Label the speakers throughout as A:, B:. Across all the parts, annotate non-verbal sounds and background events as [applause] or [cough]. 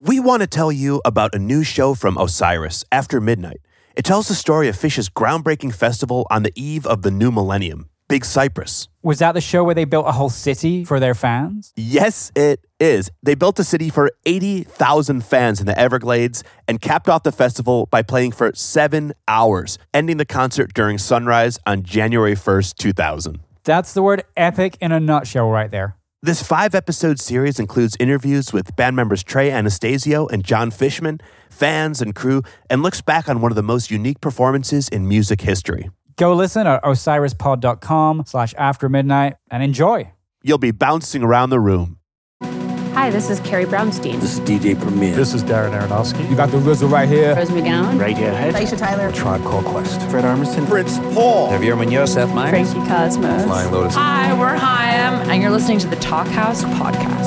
A: We want to tell you about a new show from Osiris, After Midnight. It tells the story of Fish's groundbreaking festival on the eve of the new millennium, Big Cypress.
B: Was that the show where they built a whole city for their fans?
A: Yes, it is. They built a city for 80,000 fans in the Everglades and capped off the festival by playing for seven hours, ending the concert during sunrise on January 1st, 2000.
B: That's the word epic in a nutshell, right there.
A: This five episode series includes interviews with band members Trey Anastasio and John Fishman, fans, and crew, and looks back on one of the most unique performances in music history.
B: Go listen at osirispod.com slash after midnight and enjoy.
A: You'll be bouncing around the room.
C: Hi, this is Carrie Brownstein.
D: This is DJ Premier.
E: This is Darren Aronofsky.
B: You got the Rizzo right here.
C: Rose McGowan.
D: right here.
F: Aisha Tyler.
D: Tribe Called Quest. Fred Armisen.
A: Prince Paul.
D: Javier Munoz. Seth Meyers.
C: Frankie Cosmos.
D: Flying Lotus.
G: Hi, we're Chaim, and you're listening to the Talk House podcast.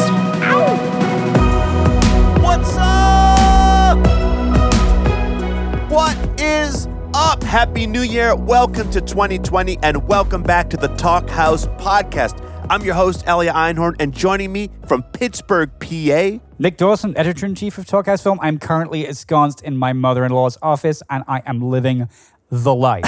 A: What's up? What is up? Happy New Year. Welcome to 2020 and welcome back to the Talk House podcast. I'm your host, Elia Einhorn, and joining me from Pittsburgh, PA,
B: Nick Dawson, editor in chief of Talkhouse Film. I'm currently ensconced in my mother in law's office and I am living the life.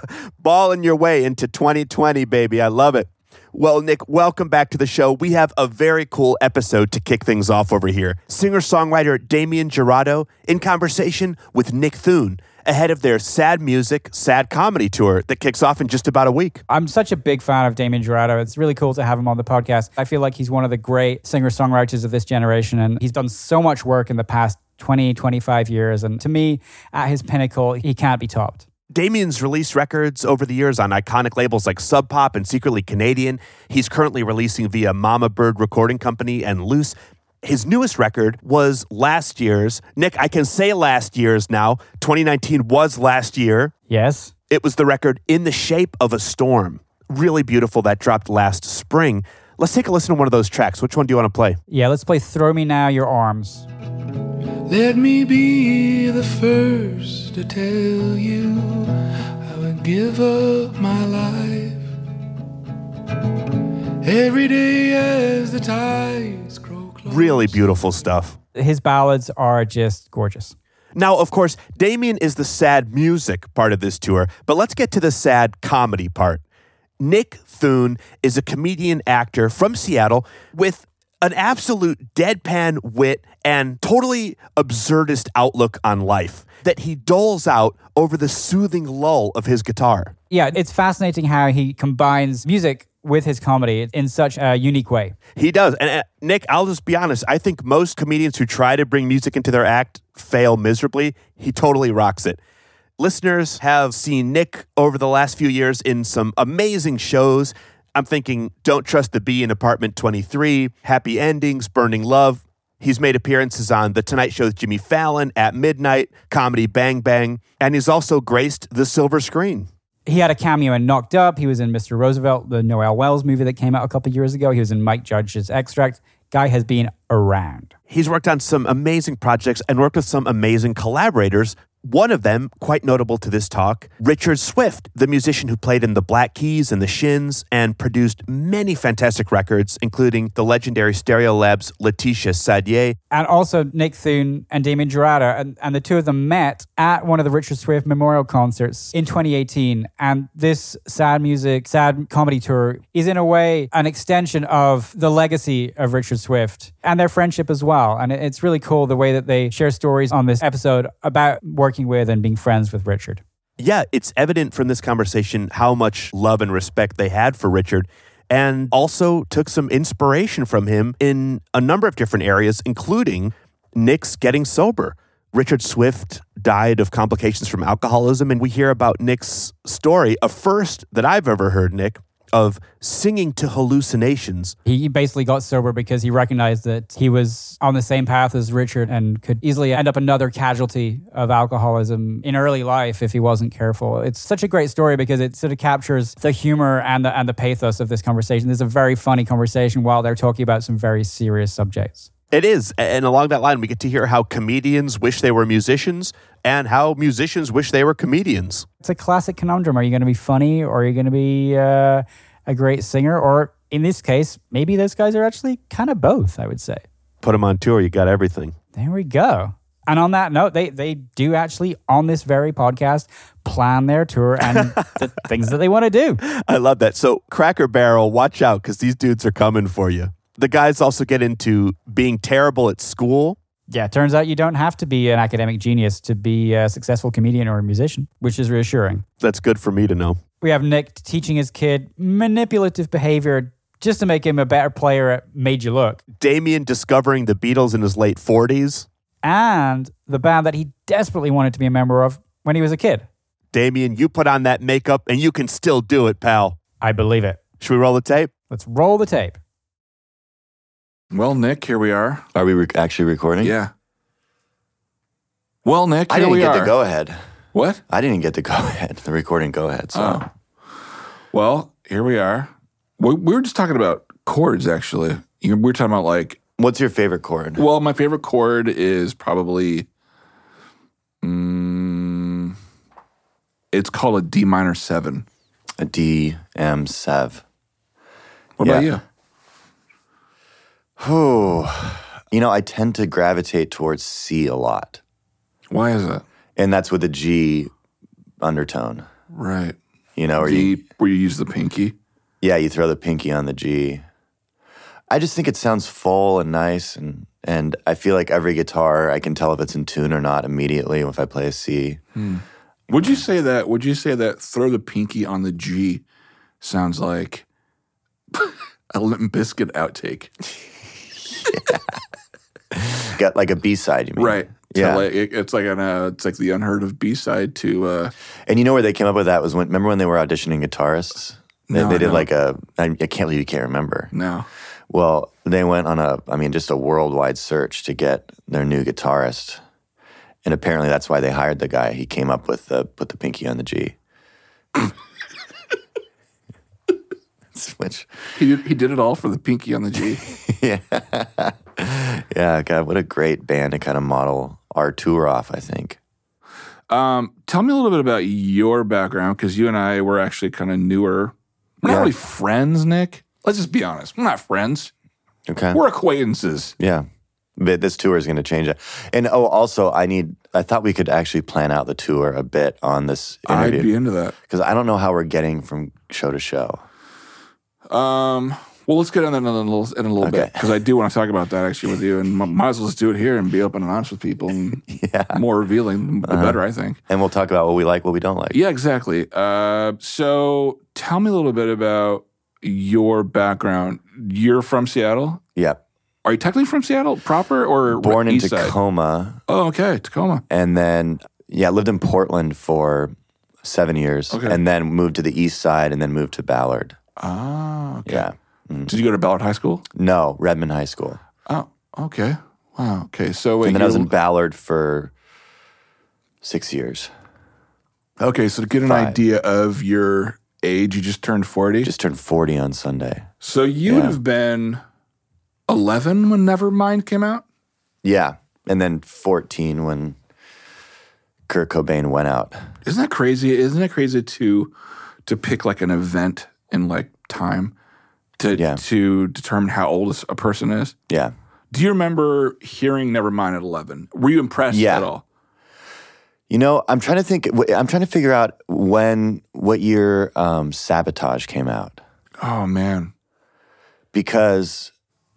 B: [laughs]
A: balling your way into 2020, baby. I love it. Well, Nick, welcome back to the show. We have a very cool episode to kick things off over here. Singer songwriter Damian Gerardo in conversation with Nick Thune ahead of their Sad Music, Sad Comedy tour that kicks off in just about a week.
B: I'm such a big fan of Damien Gerardo. It's really cool to have him on the podcast. I feel like he's one of the great singer songwriters of this generation, and he's done so much work in the past 20, 25 years. And to me, at his pinnacle, he can't be topped.
A: Damien's released records over the years on iconic labels like Sub Pop and Secretly Canadian. He's currently releasing via Mama Bird Recording Company and Loose. His newest record was last year's. Nick, I can say last year's now. 2019 was last year.
B: Yes.
A: It was the record In the Shape of a Storm. Really beautiful that dropped last spring. Let's take a listen to one of those tracks. Which one do you want to play?
B: Yeah, let's play Throw Me Now Your Arms.
H: Let me be the first to tell you I would give up my life every day as the tides grow close.
A: Really beautiful stuff.
B: His ballads are just gorgeous.
A: Now, of course, Damien is the sad music part of this tour, but let's get to the sad comedy part. Nick Thune is a comedian actor from Seattle with an absolute deadpan wit and totally absurdist outlook on life that he doles out over the soothing lull of his guitar.
B: Yeah, it's fascinating how he combines music with his comedy in such a unique way.
A: He does. And uh, Nick, I'll just be honest. I think most comedians who try to bring music into their act fail miserably. He totally rocks it. Listeners have seen Nick over the last few years in some amazing shows. I'm thinking Don't Trust the Bee in Apartment 23, Happy Endings, Burning Love. He's made appearances on The Tonight Show with Jimmy Fallon, At Midnight, Comedy Bang Bang, and he's also graced the silver screen.
B: he had a cameo in Knocked Up. He was in Mr. Roosevelt, the Noel Wells movie that came out a couple years ago. He was in Mike Judge's Extract. Guy has been around.
A: He's worked on some amazing projects and worked with some amazing collaborators. One of them, quite notable to this talk, Richard Swift, the musician who played in the Black Keys and the Shins and produced many fantastic records, including the legendary Stereo Labs Letitia Sadier.
B: And also Nick Thune and Damien Gerardo. And, and the two of them met at one of the Richard Swift memorial concerts in 2018. And this sad music, sad comedy tour is in a way an extension of the legacy of Richard Swift and their friendship as well. And it- it's really cool the way that they share stories on this episode about working with and being friends with Richard.
A: Yeah, it's evident from this conversation how much love and respect they had for Richard and also took some inspiration from him in a number of different areas, including Nick's getting sober. Richard Swift died of complications from alcoholism, and we hear about Nick's story, a first that I've ever heard, Nick, of singing to hallucinations.
B: He basically got sober because he recognized that he was on the same path as Richard and could easily end up another casualty of alcoholism in early life if he wasn't careful. It's such a great story because it sort of captures the humor and the and the pathos of this conversation. There's a very funny conversation while they're talking about some very serious subjects.
A: It is. And along that line, we get to hear how comedians wish they were musicians and how musicians wish they were comedians.
B: It's a classic conundrum. Are you going to be funny or are you going to be uh, a great singer? Or in this case, maybe those guys are actually kind of both, I would say.
A: Put them on tour, you got everything.
B: There we go. And on that note, they, they do actually, on this very podcast, plan their tour and the things that they want to do.
A: I love that. So, Cracker Barrel, watch out because these dudes are coming for you. The guys also get into being terrible at school.
B: Yeah, turns out you don't have to be an academic genius to be a successful comedian or a musician, which is reassuring.
A: That's good for me to know.
B: We have Nick teaching his kid manipulative behavior just to make him a better player at Major Look.
A: Damien discovering the Beatles in his late 40s.
B: And the band that he desperately wanted to be a member of when he was a kid.
A: Damien, you put on that makeup and you can still do it, pal.
B: I believe it.
A: Should we roll the tape?
B: Let's roll the tape.
E: Well, Nick, here we are.
F: Are we rec actually recording?
E: Yeah. Well, Nick,
F: I
E: here
F: didn't
E: we
F: get
E: are.
F: the go ahead.
E: What?
F: I didn't get the [laughs] go ahead, the recording go ahead. So
E: Oh. Well, here we are. We, we were just talking about chords, actually. You- We were talking about like,
F: what's your favorite chord?
E: well, my favorite chord is probably, mm, it's called a D minor seven.
F: A D M sev.
E: What about
F: Yeah.
E: you?
F: Oh. You know, I tend to gravitate towards C a lot.
E: Why is that?
F: And that's with a G undertone.
E: Right.
F: You know, or you
E: D, where you use the pinky.
F: Yeah, you throw the pinky on the G. I just think it sounds full and nice and and I feel like every guitar I can tell if it's in tune or not immediately if I play
E: [laughs]
F: a C.
E: Would you say that? Would you say that throw the pinky on the G sounds like [laughs] a Limp Biscuit outtake?
F: Got like a B side, you mean?
E: Right. To
F: Yeah.
E: like- it- it's like an uh, it's like the unheard of B side to uh,
F: And you know where they came up with that was when remember when they were auditioning guitarists? They,
E: No,
F: they did
E: no.
F: like a I, I can't believe you can't remember.
E: now.
F: Well, they went on a I mean just a worldwide search to get their new guitarist. And apparently that's why they hired the guy. He came up with the put the pinky on the G. [laughs] Which
E: He did, he did it all for the pinky on the G.
F: Yeah, God, what a great band to kind of model our tour off, I think.
E: um, tell me a little bit about your background because you and I were actually kind of newer. We're not really friends, Nick. Let's just be honest. We're not friends.
F: Okay.
E: We're acquaintances.
F: Yeah. But this tour is going to change it. And oh, also, I need, I thought we could actually plan out the tour a bit on this
E: I'd be
F: interview
E: into that.
F: because I don't know how we're getting from show to show.
E: Um, well, let's get on that in a little in a little bit
F: Okay.
E: because I do want to talk about that actually with you, and m- might as well just do it here and be open and honest with people.
F: [laughs]
E: And more revealing,
F: Uh-huh.
E: the better, I think.
F: And we'll talk about what we like, what we don't like.
E: Yeah, exactly. Uh, so tell me a little bit about your background. You're from Seattle.
F: Yeah.
E: Are you technically from Seattle proper or
F: Born in
E: East side?
F: Tacoma
E: Oh, okay, Tacoma.
F: and then, yeah, lived in Portland for seven years
E: Okay.
F: and then moved to the east side and then moved to Ballard.
E: Ah, okay.
F: Yeah.
E: Did you go to Ballard High School?
F: No, Redmond High School.
E: Oh, okay. Wow. Okay. So wait,
F: and then I was
E: you're-
F: in Ballard for six years.
E: okay. So to get an
F: Five.
E: idea of your age, you just turned forty.
F: Just turned 40 on Sunday.
E: so you would have been eleven when Nevermind came out.
F: Yeah. And then 14 when Kurt Cobain went out.
E: Isn't that crazy? Isn't it crazy to to pick like an event in like time to
F: Yeah.
E: to determine how old a person is?
F: Yeah.
E: Do you remember hearing Nevermind at eleven? Were you impressed
F: Yeah.
E: at all?
F: You know, I'm trying to think, w- I'm trying to figure out when, what year um, Sabotage came out.
E: Oh man,
F: Because,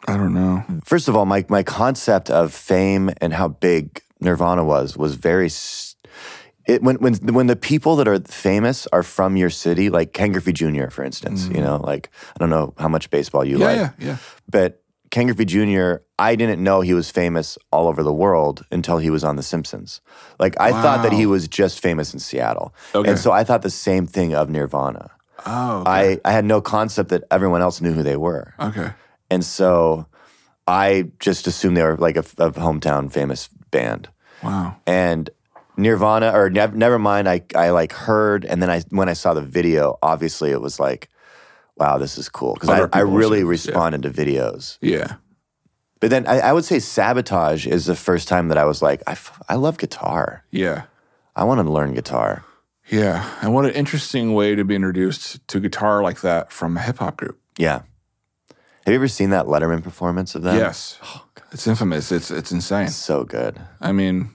E: I don't know.
F: first of all, my, my concept of fame and how big Nirvana was was very. s it, when, when, when the people that are famous are from your city, like Ken Griffey Jr., for instance, you know, like, I don't know how much baseball you
E: Mm. Yeah,
F: like.
E: yeah, yeah.
F: But Ken Griffey Jr., I didn't know he was famous all over the world until he was on The Simpsons. Like, I thought that he was just famous in Seattle.
E: Okay.
F: And so I thought the same thing of Nirvana.
E: Oh,
F: I, I had no concept that everyone else knew who they were.
E: okay.
F: And so I just assumed they were like a, a hometown famous band
E: Wow.
F: and Nirvana or nev- Nevermind, I I like heard, and then I when I saw the video, obviously it was like, wow, this is cool because
E: Other
F: I, I
E: people
F: really
E: should- yeah.
F: responded to videos.
E: Yeah.
F: But then I, I would say Sabotage is the first time that I was like, I, f- I love guitar.
E: Yeah.
F: I want to learn guitar.
E: Yeah. And what an interesting way to be introduced to guitar like that from a hip hop group.
F: Yeah. Oh, Have you ever seen that Letterman performance of that?
E: yes. It's infamous. It's it's insane.
F: So good.
E: I mean,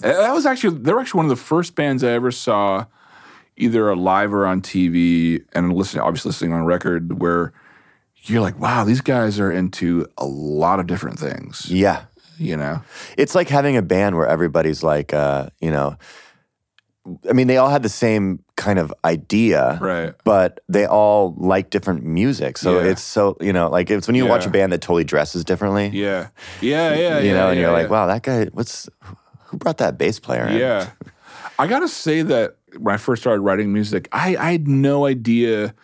E: that that was actually they were actually one of the first bands I ever saw, either live or on TV, and listening obviously listening on record, where you're like, wow, these guys are into a lot of different things.
F: Yeah.
E: You know,
F: It's like having a band where everybody's like, uh, you know, I mean, they all had the same kind of idea,
E: Right.
F: But they all like different music, so
E: Yeah.
F: it's so you know, like it's when you watch
E: Yeah.
F: a band that totally dresses differently,
E: yeah, yeah, yeah,
F: you
E: yeah,
F: know, and
E: yeah,
F: you're like,
E: yeah.
F: wow, that guy, what's who brought that bass player in?
E: Yeah. I got to say that when I first started writing music, I, I had no idea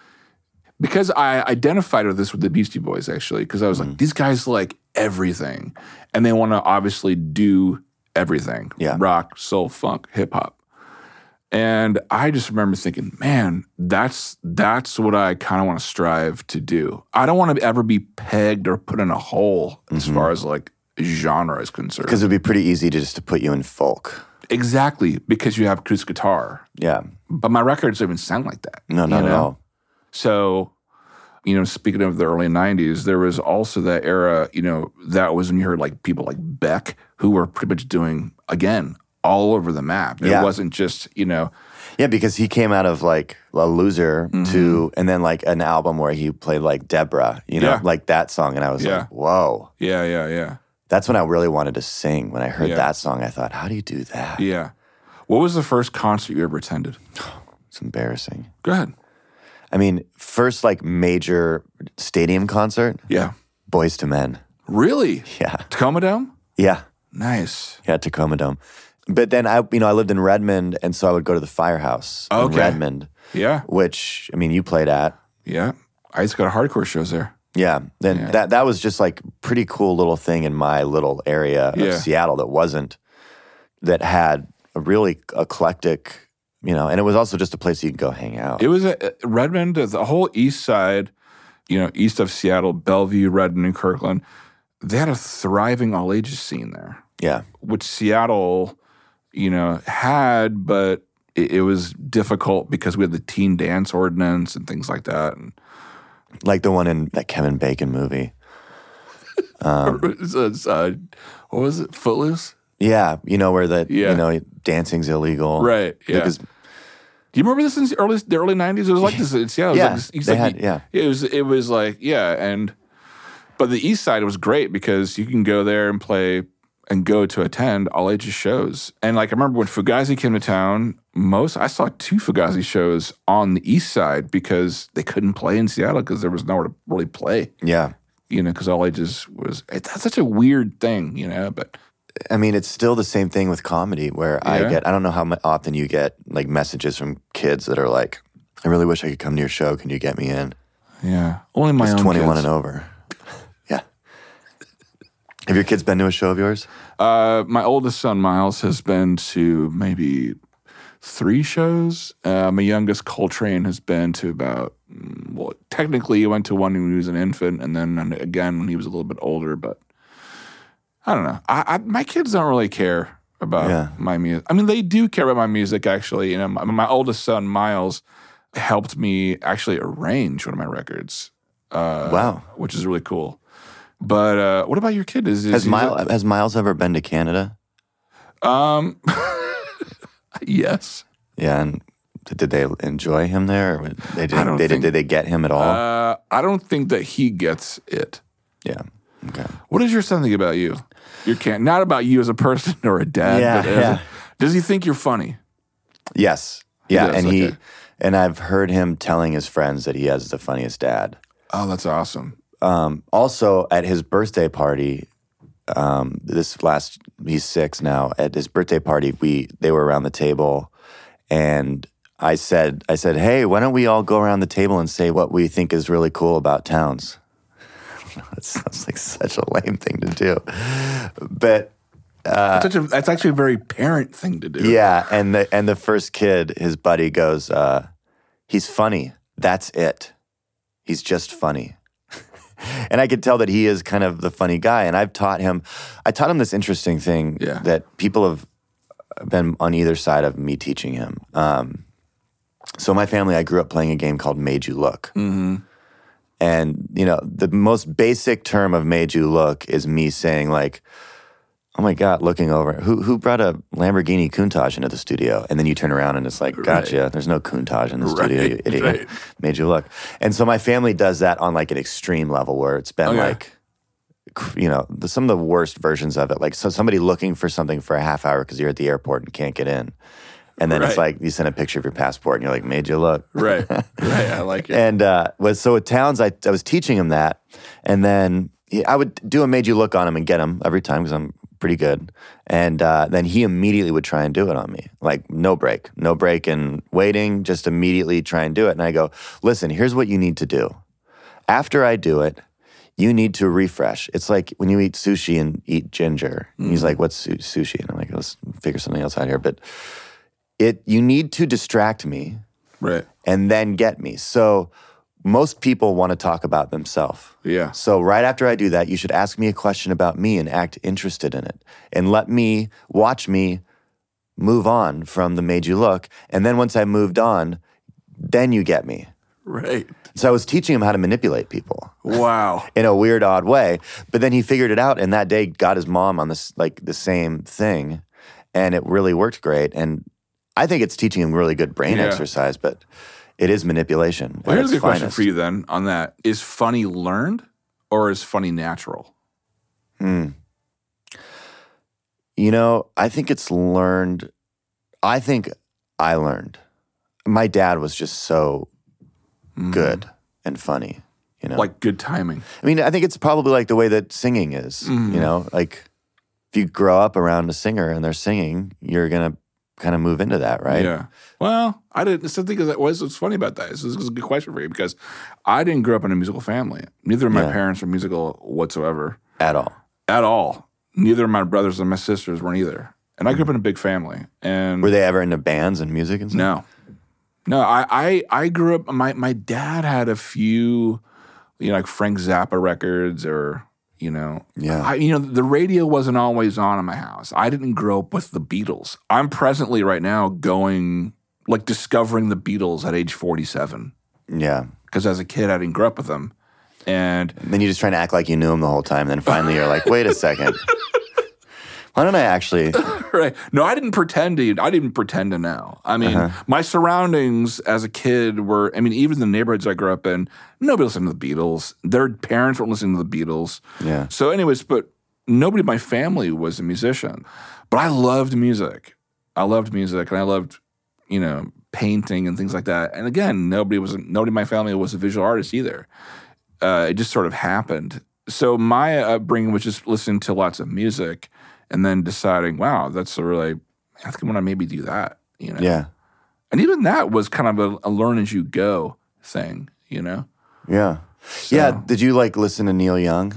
E: because I identified with this with the Beastie Boys actually, because I was
F: Mm.
E: like, these guys like everything and they want to obviously do everything
F: Yeah.
E: rock, soul, funk, hip hop. And I just remember thinking, man, that's that's what I kind of want to strive to do. I don't want to ever be pegged or put in a hole as far as like genre is concerned.
F: Mm-hmm. because it'd be pretty easy to just to put you in folk.
E: Exactly, because you have acoustic guitar.
F: Yeah,
E: But my records don't even sound like that.
F: no, not
E: you
F: at
E: know?
F: all.
E: So, you know, speaking of the early 90s, there was also that era, you know, that was when you heard like people like Beck, who were pretty much doing, again, all over the map. It
F: Yeah.
E: wasn't just, you know,
F: Yeah, because he came out of like a loser
E: Mm-hmm.
F: to, and then like an album where he played like Deborah, you know,
E: Yeah.
F: like that song, and I was
E: Yeah.
F: like, whoa.
E: yeah, yeah, yeah,
F: That's when I really wanted to sing. When I heard
E: Yeah.
F: that song, I thought, how do you do that?
E: yeah. What was the first concert you ever attended?
F: It's embarrassing.
E: Go ahead.
F: I mean, first like major stadium concert,
E: Yeah.
F: Boys to Men. [laughs]
E: Really?
F: Yeah.
E: Tacoma Dome?
F: Yeah.
E: Nice.
F: Yeah, Tacoma Dome. But then I, you know, I lived in Redmond, and so I would go to the firehouse
E: Okay.
F: in Redmond,
E: Yeah.
F: which I mean, you played at.
E: Yeah. I used to go to hardcore shows there.
F: Yeah. Then that that was just like pretty cool little thing in my little area of
E: Yeah.
F: Seattle that wasn't that had a really eclectic, you know, and it was also just a place you could go hang out.
E: It was a, Redmond, the whole east side, you know, east of Seattle, Bellevue, Redmond, and Kirkland. They had a thriving all ages scene there,
F: yeah.
E: which Seattle, you know, had, but it, it was difficult because we had the teen dance ordinance and things like that. And
F: Like the one in that Kevin Bacon movie.
E: [laughs] It was, uh, what was it? Footloose?
F: Yeah, you know where the
E: Yeah.
F: you know dancing's illegal,
E: Right, yeah.
F: Because
E: Do you remember this in the early the early nineties? It was like this in Seattle. It was
F: Yeah,
E: like this- it's
F: they
E: like-
F: had- yeah.
E: It was it was like yeah, and but the East Side was great because you can go there and play and go to attend all ages shows. And like I remember when Fugazi came to town, most I saw two Fugazi shows on the East Side because they couldn't play in Seattle because there was nowhere to really play.
F: yeah,
E: You know, because all ages was it's that's such a weird thing. You know, but
F: I mean it's still the same thing with comedy where I
E: Yeah.
F: get I don't know how mu- often you get like messages from kids that are like, I really wish I could come to your show. Can you get me in?
E: yeah, only my
F: It's
E: own
F: twenty one
E: kids.
F: and over. [laughs] yeah. Have your kids been to a show of yours?
E: Uh, my oldest son Miles has been to maybe three shows. Uh, my youngest Coltrane has been to about mm, well, technically he went to one when he was an infant, and then an- again when he was a little bit older. But I don't know. I, I my kids don't really care about
F: Yeah.
E: my music. I mean, they do care about my music actually. You know, my, my oldest son Miles helped me actually arrange one of my records, Uh,
F: wow.
E: which is really cool. But uh, what about your kid? Is, is
F: Has
E: he-
F: Miles has Miles ever been to Canada?
E: Um, [laughs] yes.
F: Yeah, and did they enjoy him there? Or they didn't.
E: don't
F: they
E: think-
F: did. Did they get him at all?
E: Uh, I don't think that he gets it.
F: yeah. Okay.
E: What does your son think about you? Your can not about you as a person [laughs] or a dad.
F: Yeah,
E: but as a-
F: yeah.
E: does he think you're funny?
F: Yes. Yeah,
E: does,
F: and he
E: okay.
F: and I've heard him telling his friends that he has the funniest dad.
E: Oh, that's awesome.
F: Um, also, at his birthday party, um, this last he's six now. At his birthday party, we they were around the table, and I said, I said, hey, why don't we all go around the table and say what we think is really cool about towns? [laughs] that sounds like such a lame thing to do, but
E: that's, such a, that's actually a very parent thing to do.
F: Uh, Yeah, and the and the first kid, his buddy goes, uh, he's funny. That's it. He's just funny. [laughs] and I could tell that he is kind of the funny guy. And I've taught him I taught him this interesting thing
E: Yeah.
F: that people have been on either side of me teaching him. Um, so my family, I grew up playing a game called Made You Look. And you know, the most basic term of made you look is me saying like, "Oh my god, looking over. Who who brought a Lamborghini Countach into the studio?" And then you turn around and it's like, "Gotcha. There's no Countach in the studio, you
E: Right,
F: idiot.
E: right.
F: Made you look." And so my family does that on like an extreme level where it's been
E: Okay.
F: like cr- you know, the, some of the worst versions of it. Like so somebody looking for something for a half hour because you're at the airport and can't get in. And then it's
E: Right.
F: like you send a picture of your passport and you're like, made you look.
E: [laughs] Right. Right. I like
F: [laughs]
E: it.
F: And uh, was so with Towns, I, I was teaching him that, and then he, I would do a made you look on him and get him every time because I'm pretty good. And uh, then he immediately would try and do it on me, like no break, no break, and waiting, just immediately try and do it. And I go, listen, here's what you need to do. After I do it, you need to refresh. It's like when you eat sushi and eat ginger. And He's
E: Mm.
F: like, what's su- sushi? And I'm like, let's figure something else out here. But it, you need to distract me
E: right.
F: and then get me. So most people want to talk about themselves.
E: Yeah.
F: So right after I do that, you should ask me a question about me and act interested in it and let me watch me move on from the made you look. And then once I moved on, then you get me.
E: Right.
F: So I was teaching him how to manipulate people
E: Wow.
F: in a weird, odd way. But then he figured it out, and that day got his mom on this like the same thing, and it really worked great. And I think it's teaching him really good brain
E: Yeah.
F: exercise, but it is manipulation.
E: Well,
F: at
E: here's a
F: its
E: good question
F: finest.
E: for you then on that. Is funny learned or is funny natural?
F: You know, I think it's learned. I think I learned. My dad was just so
E: Mm.
F: good and funny. You know,
E: Like good timing.
F: I mean, I think it's probably like the way that singing is.
E: Mm-hmm.
F: You know, like if you grow up around a singer and they're singing, you're gonna kind of move into that, right?
E: Yeah. Well, I didn't. It's the thing is that what's what's funny about that is this is a good question for you because I didn't grow up in a musical family. Neither of my
F: Yeah.
E: parents were musical whatsoever
F: At all.
E: at all. Neither of my brothers and my sisters weren't either. And
F: Mm.
E: I grew up in a big family. And
F: Were they ever into bands and music and stuff?
E: No, no. I I, I grew up. My my dad had a few, you know, like Frank Zappa records, or you know,
F: Yeah.
E: I, you know, the radio wasn't always on in my house. I didn't grow up with the Beatles. I'm presently right now going like discovering the Beatles at age 47
F: Yeah.
E: because as a kid I didn't grow up with them, and
F: And then you're just trying to act like you knew them the whole time. And then finally you're like, wait
E: [laughs]
F: a second. Why don't I actually?
E: right. No, I didn't pretend to. I didn't pretend to know. I mean, my surroundings as a kid were. I mean, even the neighborhoods I grew up in, nobody listened to the Beatles. Their parents weren't listening to the Beatles.
F: Yeah.
E: So, anyways, but nobody in my family was a musician. But I loved music. I loved music, and I loved, you know, painting and things like that. And again, nobody was nobody in my family was a visual artist either uh, it just sort of happened. So my upbringing was just listening to lots of music and then deciding, wow, that's a really, I think I want to maybe do that, you know?
F: Yeah.
E: And even that was kind of a, a learn as you go thing, you know?
F: Yeah. Yeah. Did you like listen to Neil Young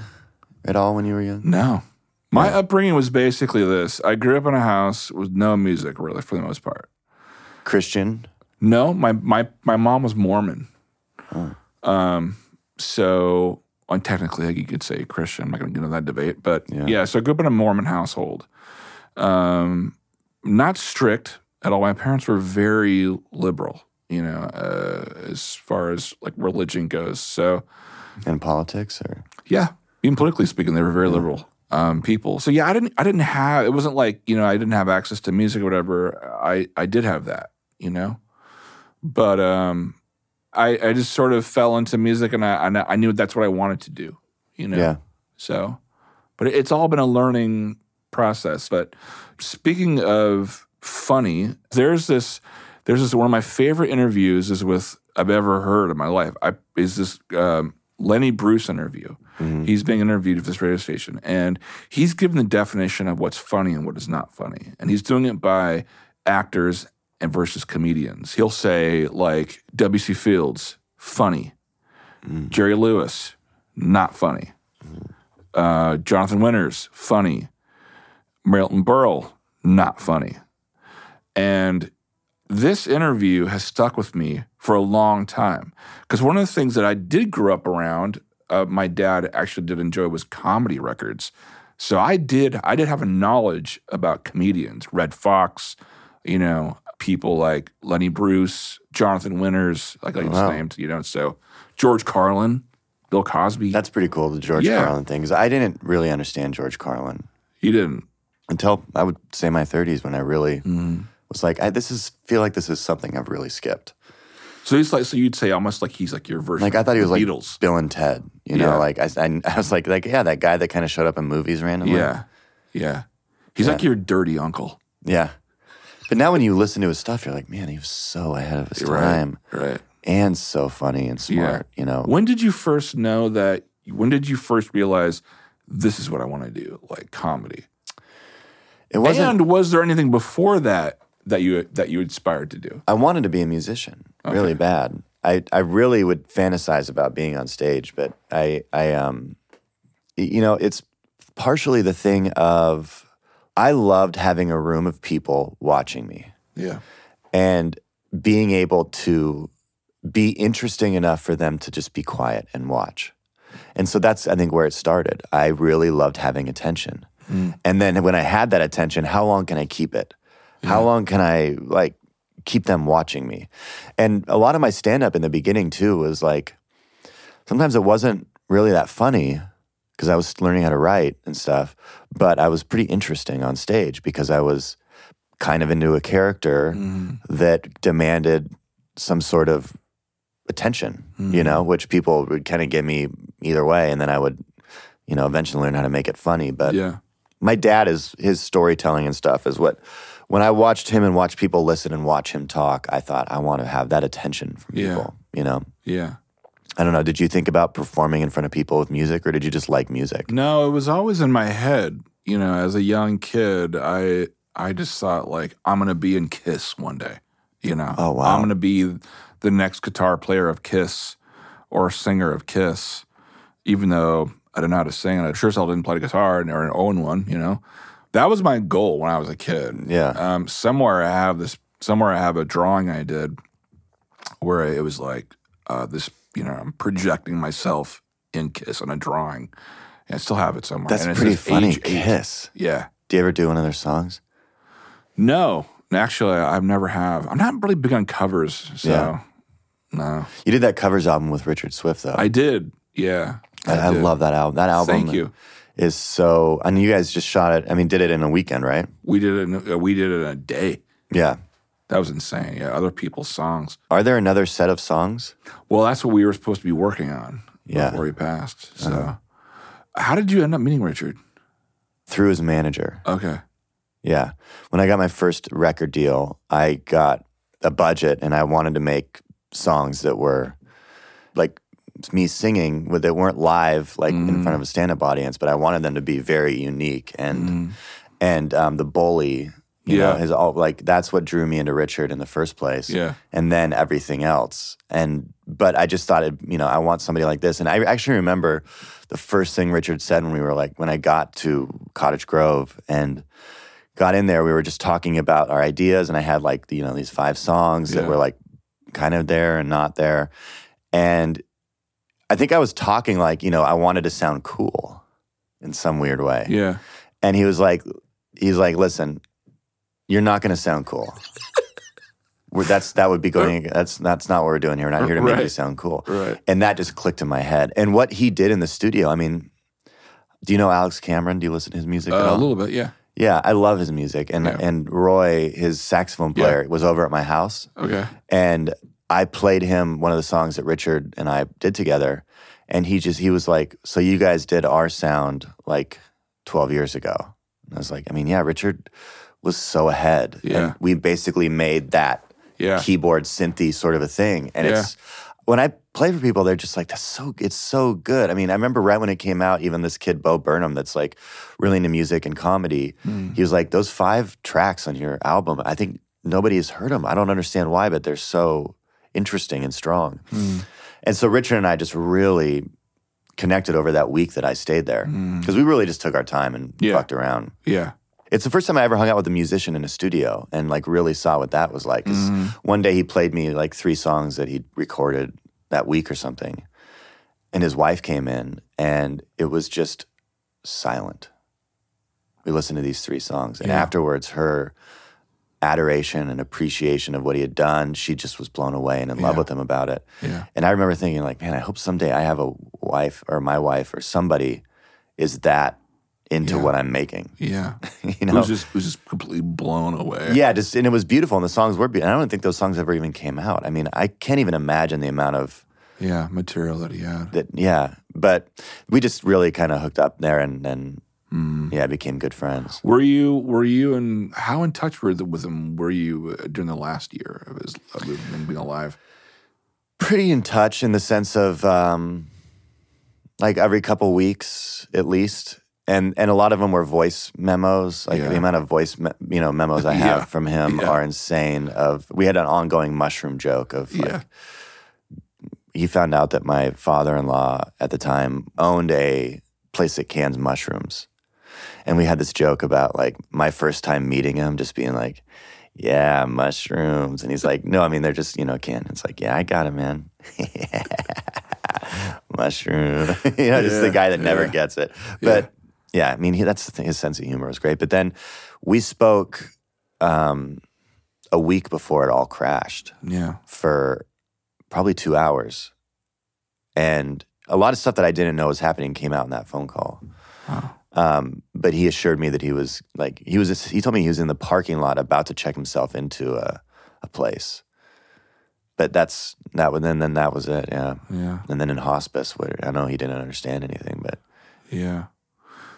F: at all when you were young?
E: No. My upbringing was basically this. I grew up in a house with no music, really, for the most part.
F: Christian?
E: No, my my my mom was Mormon. Um, so on technically, you could say Christian. I'm not going to get into that debate, but yeah. So I grew up in a Mormon household. Um, not strict at all. My parents were very liberal, you know, uh, as far as like religion goes. So
F: And politics or?
E: yeah, even politically speaking, they were very liberal um, people. So yeah, I didn't I didn't have it wasn't like you know I didn't have access to music or whatever. I I did have that you know, but um, I I just sort of fell into music and I and I knew that's what I wanted to do. You know,
F: Yeah.
E: so, but it's all been a learning process. But speaking of funny, there's this, there's this one of my favorite interviews is with I've ever heard in my life. I is this um, Lenny Bruce interview. He's being interviewed at this radio station, and he's given the definition of what's funny and what is not funny, and he's doing it by actors and versus comedians. He'll say like W.C. Fields funny, Jerry Lewis not funny uh, Jonathan Winters, funny. Milton Berle, not funny. And this interview has stuck with me for a long time because one of the things that I did grow up around, uh, my dad actually did enjoy was comedy records. So I did, I did have a knowledge about comedians, Red Fox, you know, people like Lenny Bruce, Jonathan Winters, like I just named, you know, so George Carlin, Bill Cosby.
F: That's pretty cool, the George
E: Yeah.
F: Carlin thing. Because I didn't really understand George Carlin
E: you didn't.
F: until I would say my 30s when I really
E: Mm-hmm.
F: was like, I, this is feel like this is something I've really skipped.
E: So he's like, so you'd say almost like he's like your version.
F: Like I thought he was
E: of the
F: like
E: Beatles.
F: Bill and Ted. You know,
E: Yeah.
F: like I, I, I was like, like yeah, that guy that kind of showed up in movies randomly.
E: yeah, yeah. He's like your dirty uncle.
F: yeah. But now when you listen to his stuff, you're like, man, he was so ahead of his time
E: Right.
F: and so funny and smart. You know,
E: When did you first know that? When did you first realize this is what I want to do, like comedy?
F: it wasn't.
E: and was there anything before that that you that you inspired to do?
F: I wanted to be a musician really bad. I, I really would fantasize about being on stage, but I I um y- you know, it's partially the thing of I loved having a room of people watching me
E: Yeah.
F: and being able to be interesting enough for them to just be quiet and watch. And so that's, I think, where it started. I really loved having attention. And then when I had that attention, how long can I keep it? How long can I like keep them watching me? And a lot of my stand up in the beginning, too, was like sometimes it wasn't really that funny because I was learning how to write and stuff, but I was pretty interesting on stage because I was kind of into a character that demanded some sort of attention, you know, which people would kind of give me either way. And then I would, you know, eventually learn how to make it funny. But
E: Yeah.
F: my dad is his storytelling and stuff is what, when I watched him and watched people listen and watch him talk, I thought, I want to have that attention from
E: Yeah.
F: people, you know?
E: Yeah.
F: I don't know. Did you think about performing in front of people with music or did you just like music?
E: No, it was always in my head. You know, as a young kid, I I just thought like I'm gonna be in Kiss one day. You know,
F: Oh, wow.
E: I'm gonna be the next guitar player of Kiss or singer of Kiss. Even though I didn't know how to sing, and I sure as hell didn't play the guitar and or own one. You know, that was my goal when I was a kid.
F: Yeah.
E: Um, somewhere I have this. Somewhere I have a drawing I did where it was like uh, this. You know, I'm projecting myself in Kiss on a drawing. And I still have it somewhere.
F: That's
E: and it
F: pretty
E: says
F: funny.
E: age eight.
F: Kiss.
E: Yeah.
F: Do you ever do one of their songs?
E: No, actually, I've never have. I'm not really big on covers, so
F: Yeah.
E: no.
F: You did that covers album with Richard Swift though.
E: I did. Yeah.
F: I, I
E: did.
F: love that album. That album
E: Thank you.
F: is so and you guys just shot it. I mean, did it in a weekend, right?
E: We did it. In, uh, we did it in a day.
F: Yeah.
E: That was insane. Yeah, other people's songs.
F: Are there another set of songs?
E: Well, that's what we were supposed to be working on
F: Yeah. Uh-huh.
E: before he passed. So, how did you end up meeting Richard?
F: Through his manager.
E: Okay.
F: Yeah. When I got my first record deal, I got a budget and I wanted to make songs that were like me singing with- that weren't live like in front of
E: Mm.
F: a stand-up audience, but I wanted them to be very unique and and um, the bully, you
E: Mm.
F: know,
E: Yeah.
F: his all like that's what drew me into Richard in the first place.
E: Yeah.
F: And then everything else. And but I just thought it, you know, I want somebody like this. And I actually remember the first thing Richard said when we were like when I got to Cottage Grove and got in there, we were just talking about our ideas, and I had like you know these five songs that
E: Yeah.
F: were like kind of there and not there, and I think I was talking like you know I wanted to sound cool in some weird way,
E: Yeah.
F: and he was like, he's like, listen, you're not going to
E: [laughs]
F: sound cool. We're- that's that would be going. That's that's not what we're doing here. We're not here to make you
E: Right.
F: sound cool.
E: Right.
F: And that just clicked in my head. And what he did in the studio, I mean, do you know Alex Cameron? Do you listen to his music at
E: Uh,
F: all?
E: a little bit. Yeah.
F: Yeah, I love his music. And
E: Yeah.
F: and Roy, his saxophone
E: Yeah.
F: player, was over at my house
E: Okay.
F: and I played him one of the songs that Richard and I did together. And he just he was like, So you guys did our sound like twelve years ago. And I was like, I mean, yeah, Richard was so ahead.
E: Yeah.
F: And we basically made that
E: Yeah.
F: keyboard synthy sort of a thing. And
E: Yeah.
F: it's when I play for people, they're just like, that's so it's so good. I mean, I remember right when it came out, even this kid Bo Burnham that's like really into music and comedy,
E: Hmm.
F: he was like, Those five tracks on your album, I think nobody has heard them. I don't understand why, but they're so interesting and strong.
E: Hmm.
F: And so Richard and I just really connected over that week that I stayed there. Because we really just took our time and
E: Hmm. Yeah.
F: fucked around.
E: Yeah.
F: It's the first time I ever hung out with a musician in a studio and like really saw what that was like. 'Cause
E: Mm.
F: One day he played me like three songs that he'd recorded that week or something. And his wife came in and it was just silent. We listened to these three songs. And afterwards, her adoration and appreciation of what he had done. She just was blown away and in love
E: Yeah.
F: with him about it.
E: Yeah.
F: And I remember thinking, like, man, I hope someday I have a wife or my wife or somebody is that into
E: Yeah.
F: what I'm making. [laughs]
E: Yeah.
F: You
E: It
F: know,
E: was just it was just completely blown away.
F: yeah, just and it was beautiful, and the songs were beautiful. I don't think those songs ever even came out. I mean, I can't even imagine the amount of
E: Yeah, material that he had.
F: that. Yeah, but we just really kind of hooked up there, and and
E: Mm.
F: yeah, became good friends.
E: Were you were you in how in touch were the, with him were you uh, during the last year of his of him being alive?
F: Pretty in touch in the sense of um, like every couple weeks at least, and and a lot of them were voice memos. Like
E: Yeah.
F: the amount of voice me- you know memos I
E: [laughs]
F: have
E: Yeah.
F: from him
E: Yeah.
F: are insane. Of we had an ongoing mushroom joke of like,
E: Yeah.
F: he found out that my father-in-law at the time owned a place that cans mushrooms and we had this joke about like my first time meeting him just being like yeah mushrooms and he's like no i mean they're just you know canned it's like yeah i got it man [laughs] mushroom [laughs] you know just the
E: Yeah,
F: guy that never
E: yeah.
F: gets it but yeah, i mean he, that's the thing his sense of humor was great but then we spoke um, a week before it all crashed
E: Yeah.
F: for probably two hours. And a lot of stuff that I didn't know was happening came out in that phone call. Um, but he assured me that he was like, he was, he told me he was in the parking lot about to check himself into a, a place. But that's, that was, then, then that was it. Yeah.
E: Yeah.
F: And then in hospice, where I know he didn't understand anything, but
E: Yeah.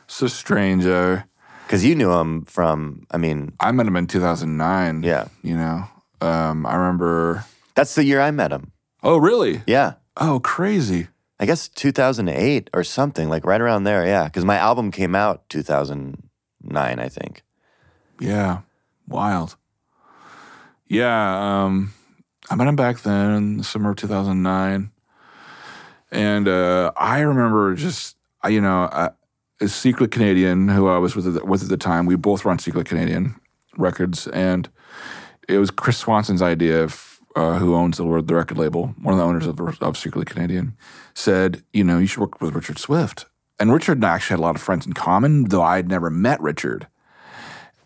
E: So strange. Uh,
F: because you knew him from, I mean,
E: I met him in 2009.
F: Yeah.
E: You know, um, I remember.
F: that's the year I met him.
E: Oh, really?
F: Yeah.
E: Oh, crazy.
F: I guess 2008 or something, like right around there. Yeah. Because my album came out 2009, I think.
E: Yeah. Wild. Yeah. Um, I met him back then in the summer of 2009. And uh, I remember just, I- you know, I, a Secret Canadian who I was with at, the, with at the time, we both were on Secret Canadian Records. And it was Chris Swanson's idea, of, uh, who owns the, the record label, one of the owners of, of Secretly Canadian, said, you know, you should work with Richard Swift. And Richard and I actually had a lot of friends in common, though I had never met Richard.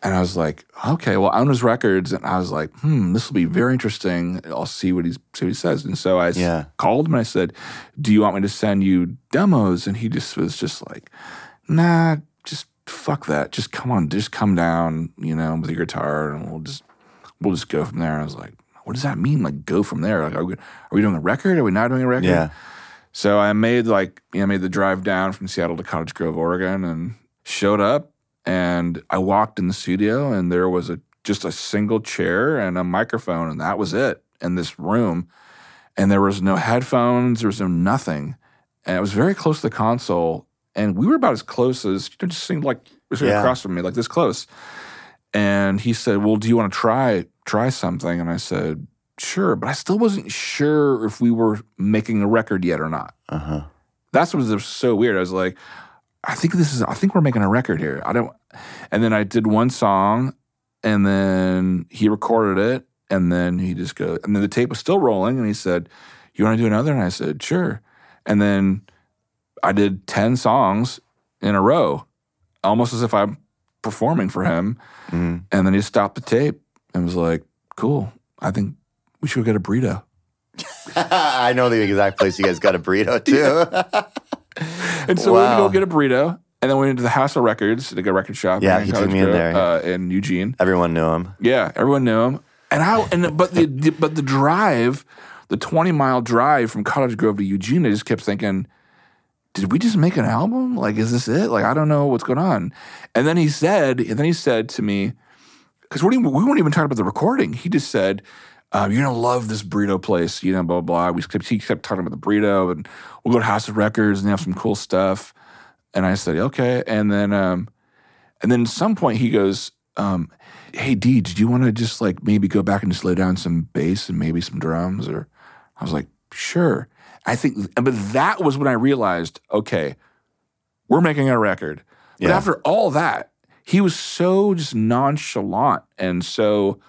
E: And I was like, okay, well, I own his records, and I was like, hmm, this will be very interesting. I'll see what he's see what he says. And so I s-
F: Yeah.
E: called him and I said, do you want me to send you demos? And he just was just like, nah, just fuck that. Just come on, just come down, you know, with your guitar, and we'll just we'll just go from there. I was like, what does that mean? Like, go from there? Like, are we, are we doing a record? Are we not doing a record?
F: Yeah.
E: So I made like, you know, I made the drive down from Seattle to Cottage Grove, Oregon, and showed up. And I walked in the studio, and there was a just a single chair and a microphone, and that was it in this room. And there was no headphones, there was no nothing. And it was very close to the console. And we were about as close as, you know, just seemed like it was right
F: Yeah.
E: across from me, like this close. And he said, Well, do you want to try try something? And I said, Sure. But I still wasn't sure if we were making a record yet or not.
F: Uh huh.
E: That's what was so weird. I was like, I think this is I think we're making a record here. I don't and then I did one song and then he recorded it and then he just goes and then the tape was still rolling and he said, You want to do another? And I said, Sure. And then I did 10 songs in a row, almost as if I'm performing for him.
F: Mm.
E: And then he stopped the tape and was like, Cool. I think we should go get a burrito.
F: [laughs] I know the exact place you guys got
E: [laughs]
F: a burrito too.
E: And so
F: Wow.
E: we went to go get a burrito. And then we went into the House of Records to go record shop.
F: Yeah,
E: in
F: he took
E: Cottage
F: me in
E: Grove,
F: there, yeah.
E: Uh, in Eugene.
F: Everyone knew him.
E: Yeah, everyone knew him. And I and but the, the but the drive, the twenty mile drive from Cottage Grove to Eugene, I just kept thinking, did we just make an album? Like, is this it? Like, I don't know what's going on. And then he said, and then he said to me, because we weren't even talking about the recording. He just said, um, "You're gonna love this burrito place." You know, blah blah. blah. We kept, he kept talking about the burrito, and we'll go to House of Records and they have some cool stuff. And I said, "Okay." And then, um, and then at some point he goes, um, "Hey, D, did you want to just like maybe go back and just lay down some bass and maybe some drums?" Or I was like, "Sure." I think, but that was when I realized, okay, we're making a record. But
F: Yeah.
E: after all that, he was so just nonchalant and so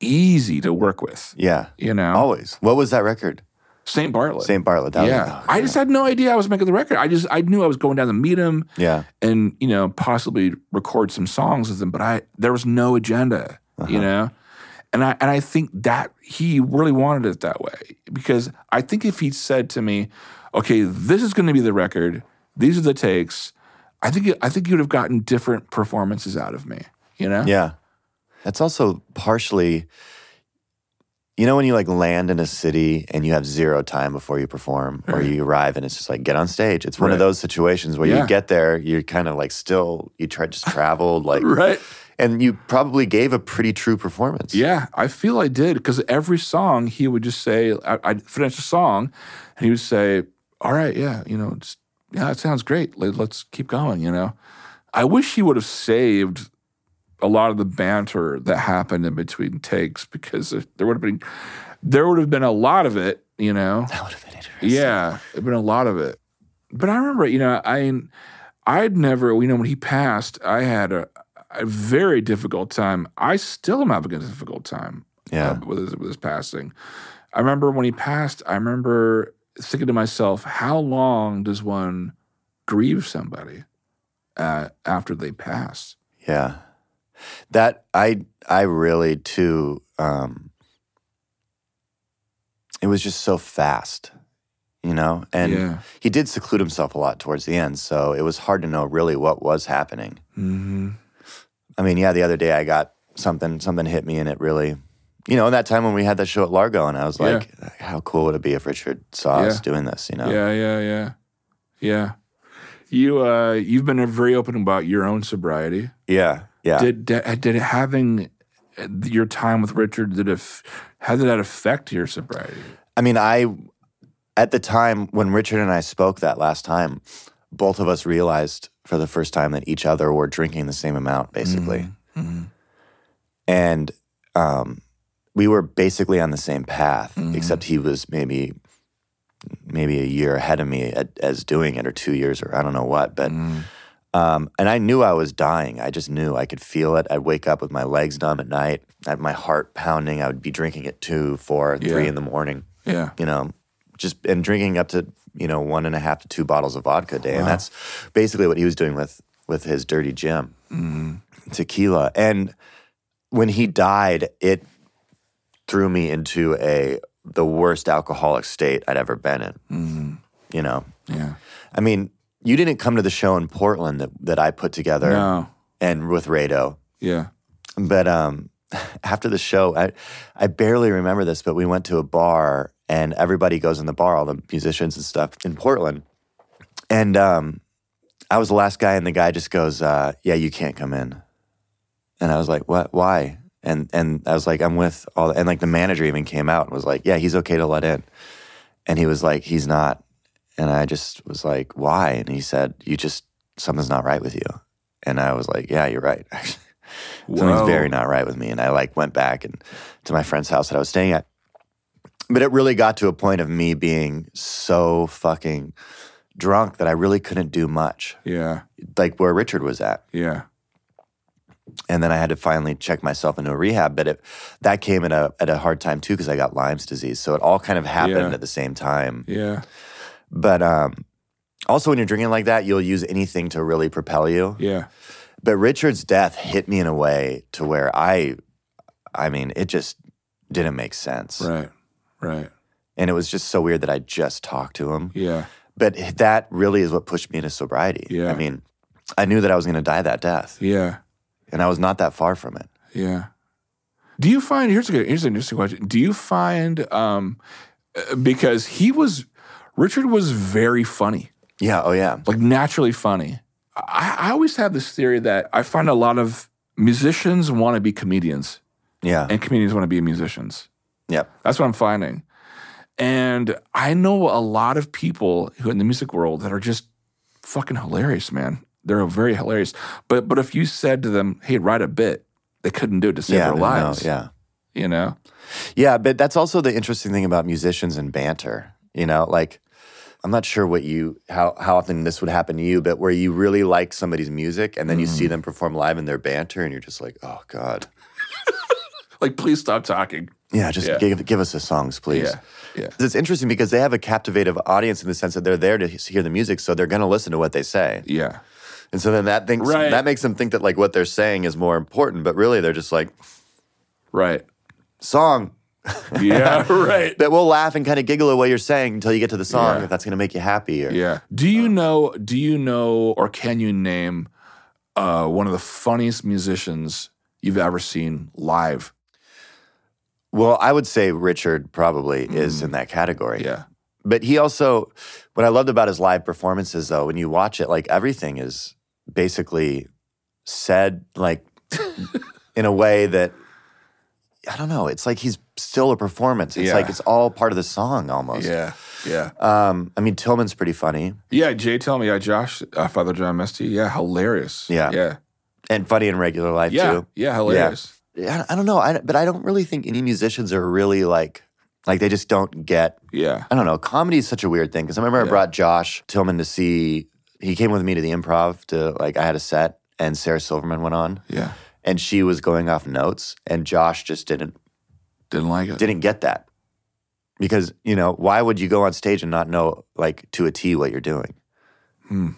E: easy to work with.
F: Yeah.
E: You know,
F: Always. What was that record?
E: St. Bartlett.
F: St. Bartlett. That
E: yeah,
F: Was, oh,
E: I just had no idea I was making the record. I just I knew I was going down to meet him
F: yeah.
E: and you know possibly record some songs with them but i there was no agenda you know? And I and I think that he really wanted it that way because I think if he said to me, "Okay, this is going to be the record. These are the takes," I think I think you would have gotten different performances out of me. You know?
F: Yeah. That's also partially, you know, when you like land in a city and you have zero time before you perform or you arrive and it's just like, get on stage. It's one
E: Right.
F: of those situations where
E: Yeah.
F: you get there, you're kind of like still, you try, just traveled,
E: [laughs]
F: like,
E: [laughs] Right.
F: and you probably gave a pretty true performance.
E: Yeah, I feel I did because every song he would just say, I, I'd finish a song and he would say, All right, yeah, you know, it's, yeah, it sounds great. Let, us keep going, you know. I wish he would have saved a lot of the banter that happened in between takes because there- there would have been, there would have been a lot of it, you know.
F: That would have been interesting.
E: Yeah, there'd been a lot of it. But I remember, you know, I I'd never, you know, when he passed, I had a, a very difficult time. I still am having a difficult time
F: Yeah.
E: uh, with, his, with his passing. I remember when he passed, I remember thinking to myself, how long does one grieve somebody uh, after they pass?
F: Yeah. That I I really too um it was just so fast, you know? And
E: Yeah.
F: he did seclude himself a lot towards the end, so it was hard to know really what was happening.
E: Mm-hmm.
F: I mean, yeah, the other day I got something something hit me and it really you know, that time when we had that show at Largo and I was
E: Yeah.
F: like, how cool would it be if Richard saw us
E: Yeah.
F: doing this, you know?
E: Yeah, yeah, yeah, yeah. You uh, you've been very open about your own sobriety.
F: Yeah. Yeah.
E: Did uh, did did having uh, your time with Richard did it, how did that affect your sobriety?
F: I mean, I at the time when Richard and I spoke that last time, both of us realized for the first time that each other were drinking the same amount, basically, and um, we were basically on the same path, except he was maybe maybe a year ahead of me at, as doing it, or two years, or I don't know what, but. Um, and I knew I was dying. I just knew I could feel it. I'd wake up with my legs numb at night, I had my heart pounding. I would be drinking at two, four,
E: Yeah.
F: three in the morning
E: Yeah,
F: you know, just and drinking up to you know one and a half to two bottles of vodka a day, and that's basically what he was doing with with his dirty Jim tequila. And when he died, it threw me into a the worst alcoholic state I'd ever been in. You know,
E: yeah.
F: I mean, you didn't come to the show in Portland that that I put together
E: No,
F: and with Rado
E: yeah.
F: but um, [laughs] after the show, I, I barely remember this, but we went to a bar and everybody goes in the bar, all the musicians and stuff in Portland. And um, I was the last guy, and the guy just goes, uh, "Yeah, you can't come in." And I was like, "What? Why?" And and I was like, "I'm with all," and like the manager even came out and was like, "Yeah, he's okay to let in," and he was like, "He's not." And I just was like, "Why?" And he said, "You just something's not right with you." And I was like, "Yeah, you're right." [laughs] Actually, something's
E: Whoa.
F: very not right with me. And I like went back and to my friend's house that I was staying at. But it really got to a point of me being so fucking drunk that I really couldn't do much,
E: Yeah,
F: like where Richard was at.
E: yeah,
F: and then I had to finally check myself into a rehab. But it, that came at a at a hard time too because I got Lyme's disease, so it all kind of happened
E: Yeah.
F: at the same time.
E: yeah,
F: But um, also, when you're drinking like that, you'll use anything to really propel you.
E: yeah,
F: But Richard's death hit me in a way to where I, I mean, it just didn't make sense,
E: right, right,
F: and it was just so weird that I just talked to him.
E: yeah,
F: But that really is what pushed me into sobriety.
E: Yeah.
F: I mean, I knew that I was going to die that death,
E: yeah,
F: and I was not that far from it.
E: yeah. Do you find here's a good here's an interesting question. Do you find um uh, because he was Richard was very funny.
F: Yeah. Oh yeah.
E: like naturally funny. I, I always have this theory that I find a lot of musicians want to be comedians
F: Yeah.
E: and comedians want to be musicians.
F: yep.
E: That's what I'm finding. And I know a lot of people who in the music world that are just fucking hilarious, man. They're very hilarious. But but if you said to them, "Hey, write a bit," they couldn't do it to save their
F: no,
E: lives.
F: yeah.
E: you know.
F: Yeah, but that's also the interesting thing about musicians and banter. You know, like I'm not sure what you how how often this would happen to you, but where you really like somebody's music and then you
E: Mm.
F: see them perform live and their banter and you're just like, "Oh god.
E: Like, please stop talking.
F: Yeah, just
E: Yeah.
F: give give us the songs, please."
E: Yeah, yeah,
F: It's interesting because they have a captivative audience in the sense that they're there to hear the music, so they're going to listen to what they say,
E: yeah.
F: and so then that thinks
E: Right.
F: that makes them think that like what they're saying is more important, but really they're just like, [laughs]
E: Right.
F: Song
E: Yeah. [laughs] right.
F: that will laugh and kind of giggle at what you're saying until you get to the song
E: Yeah.
F: if that's going to make you happy. Or,
E: Yeah. Do you know? Do you know, or can you name uh, one of the funniest musicians you've ever seen live?
F: Well, I would say Richard probably is in that category.
E: Mm. Yeah.
F: But he also, what I loved about his live performances, though, when you watch it, like everything is basically said,
E: [laughs]
F: like in a way that I don't know. It's like he's still a performance. It's
E: Yeah.
F: like it's all part of the song almost.
E: Yeah. Yeah.
F: Um, I mean, Tillman's pretty funny
E: Yeah. Jay, tell me. Yeah. Josh, uh, Father John Misty. Yeah. Hilarious.
F: Yeah.
E: Yeah.
F: and funny in regular life
E: Yeah.
F: too.
E: Yeah. Hilarious.
F: Yeah, I don't know. I, but I don't really think any musicians are really like, like they just don't get
E: Yeah.
F: I don't know. Comedy is such a weird thing because I remember I
E: Yeah.
F: brought Josh Tillman to see. He came with me to the improv to like I had a set, and Sarah Silverman went on,
E: Yeah.
F: and she was going off notes, and Josh just didn't
E: Didn't like it.
F: didn't get that because you know why would you go on stage and not know like to a T what you're doing?
E: Hmm.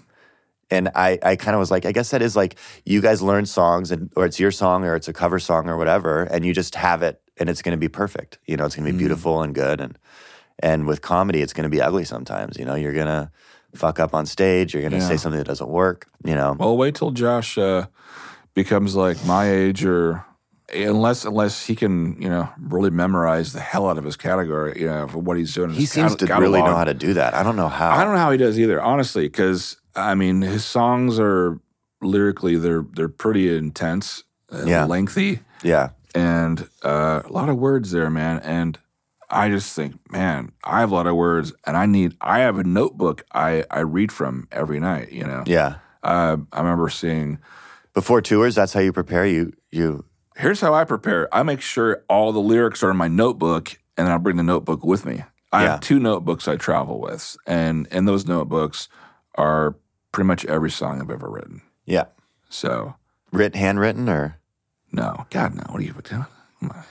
F: And I I kind of was like I guess that is like you guys learn songs and or it's your song or it's a cover song or whatever, and you just have it and it's going to be perfect. You know, it's going to be beautiful and good and and with comedy it's going to be ugly sometimes. You know, you're gonna fuck up on stage. You're gonna
E: Yeah.
F: say something that doesn't work. You know.
E: Well, wait till Josh uh, becomes like my age, or unless unless he can, you know, really memorize the hell out of his category, you know, for what he's doing. in
F: he
E: his
F: seems
E: cat-
F: to really know
E: catalog.
F: how to do that. I don't know how.
E: I don't know how he does either, honestly, because I mean, his songs are lyrically they're they're pretty intense, and
F: Yeah.
E: lengthy,
F: Yeah.
E: and uh, a lot of words there, man. And I just think, man, I have a lot of words, and I need I have a notebook I I read from every night. You know,
F: Yeah.
E: uh, I remember seeing
F: Before tours, that's how you prepare. You you
E: here's how I prepare. I make sure all the lyrics are in my notebook, and I bring the notebook with me. I
F: Yeah.
E: have two notebooks I travel with, and and those notebooks are pretty much every song I've ever written.
F: yeah.
E: So
F: Writ handwritten or
E: no, God no. What are you doing? Come on.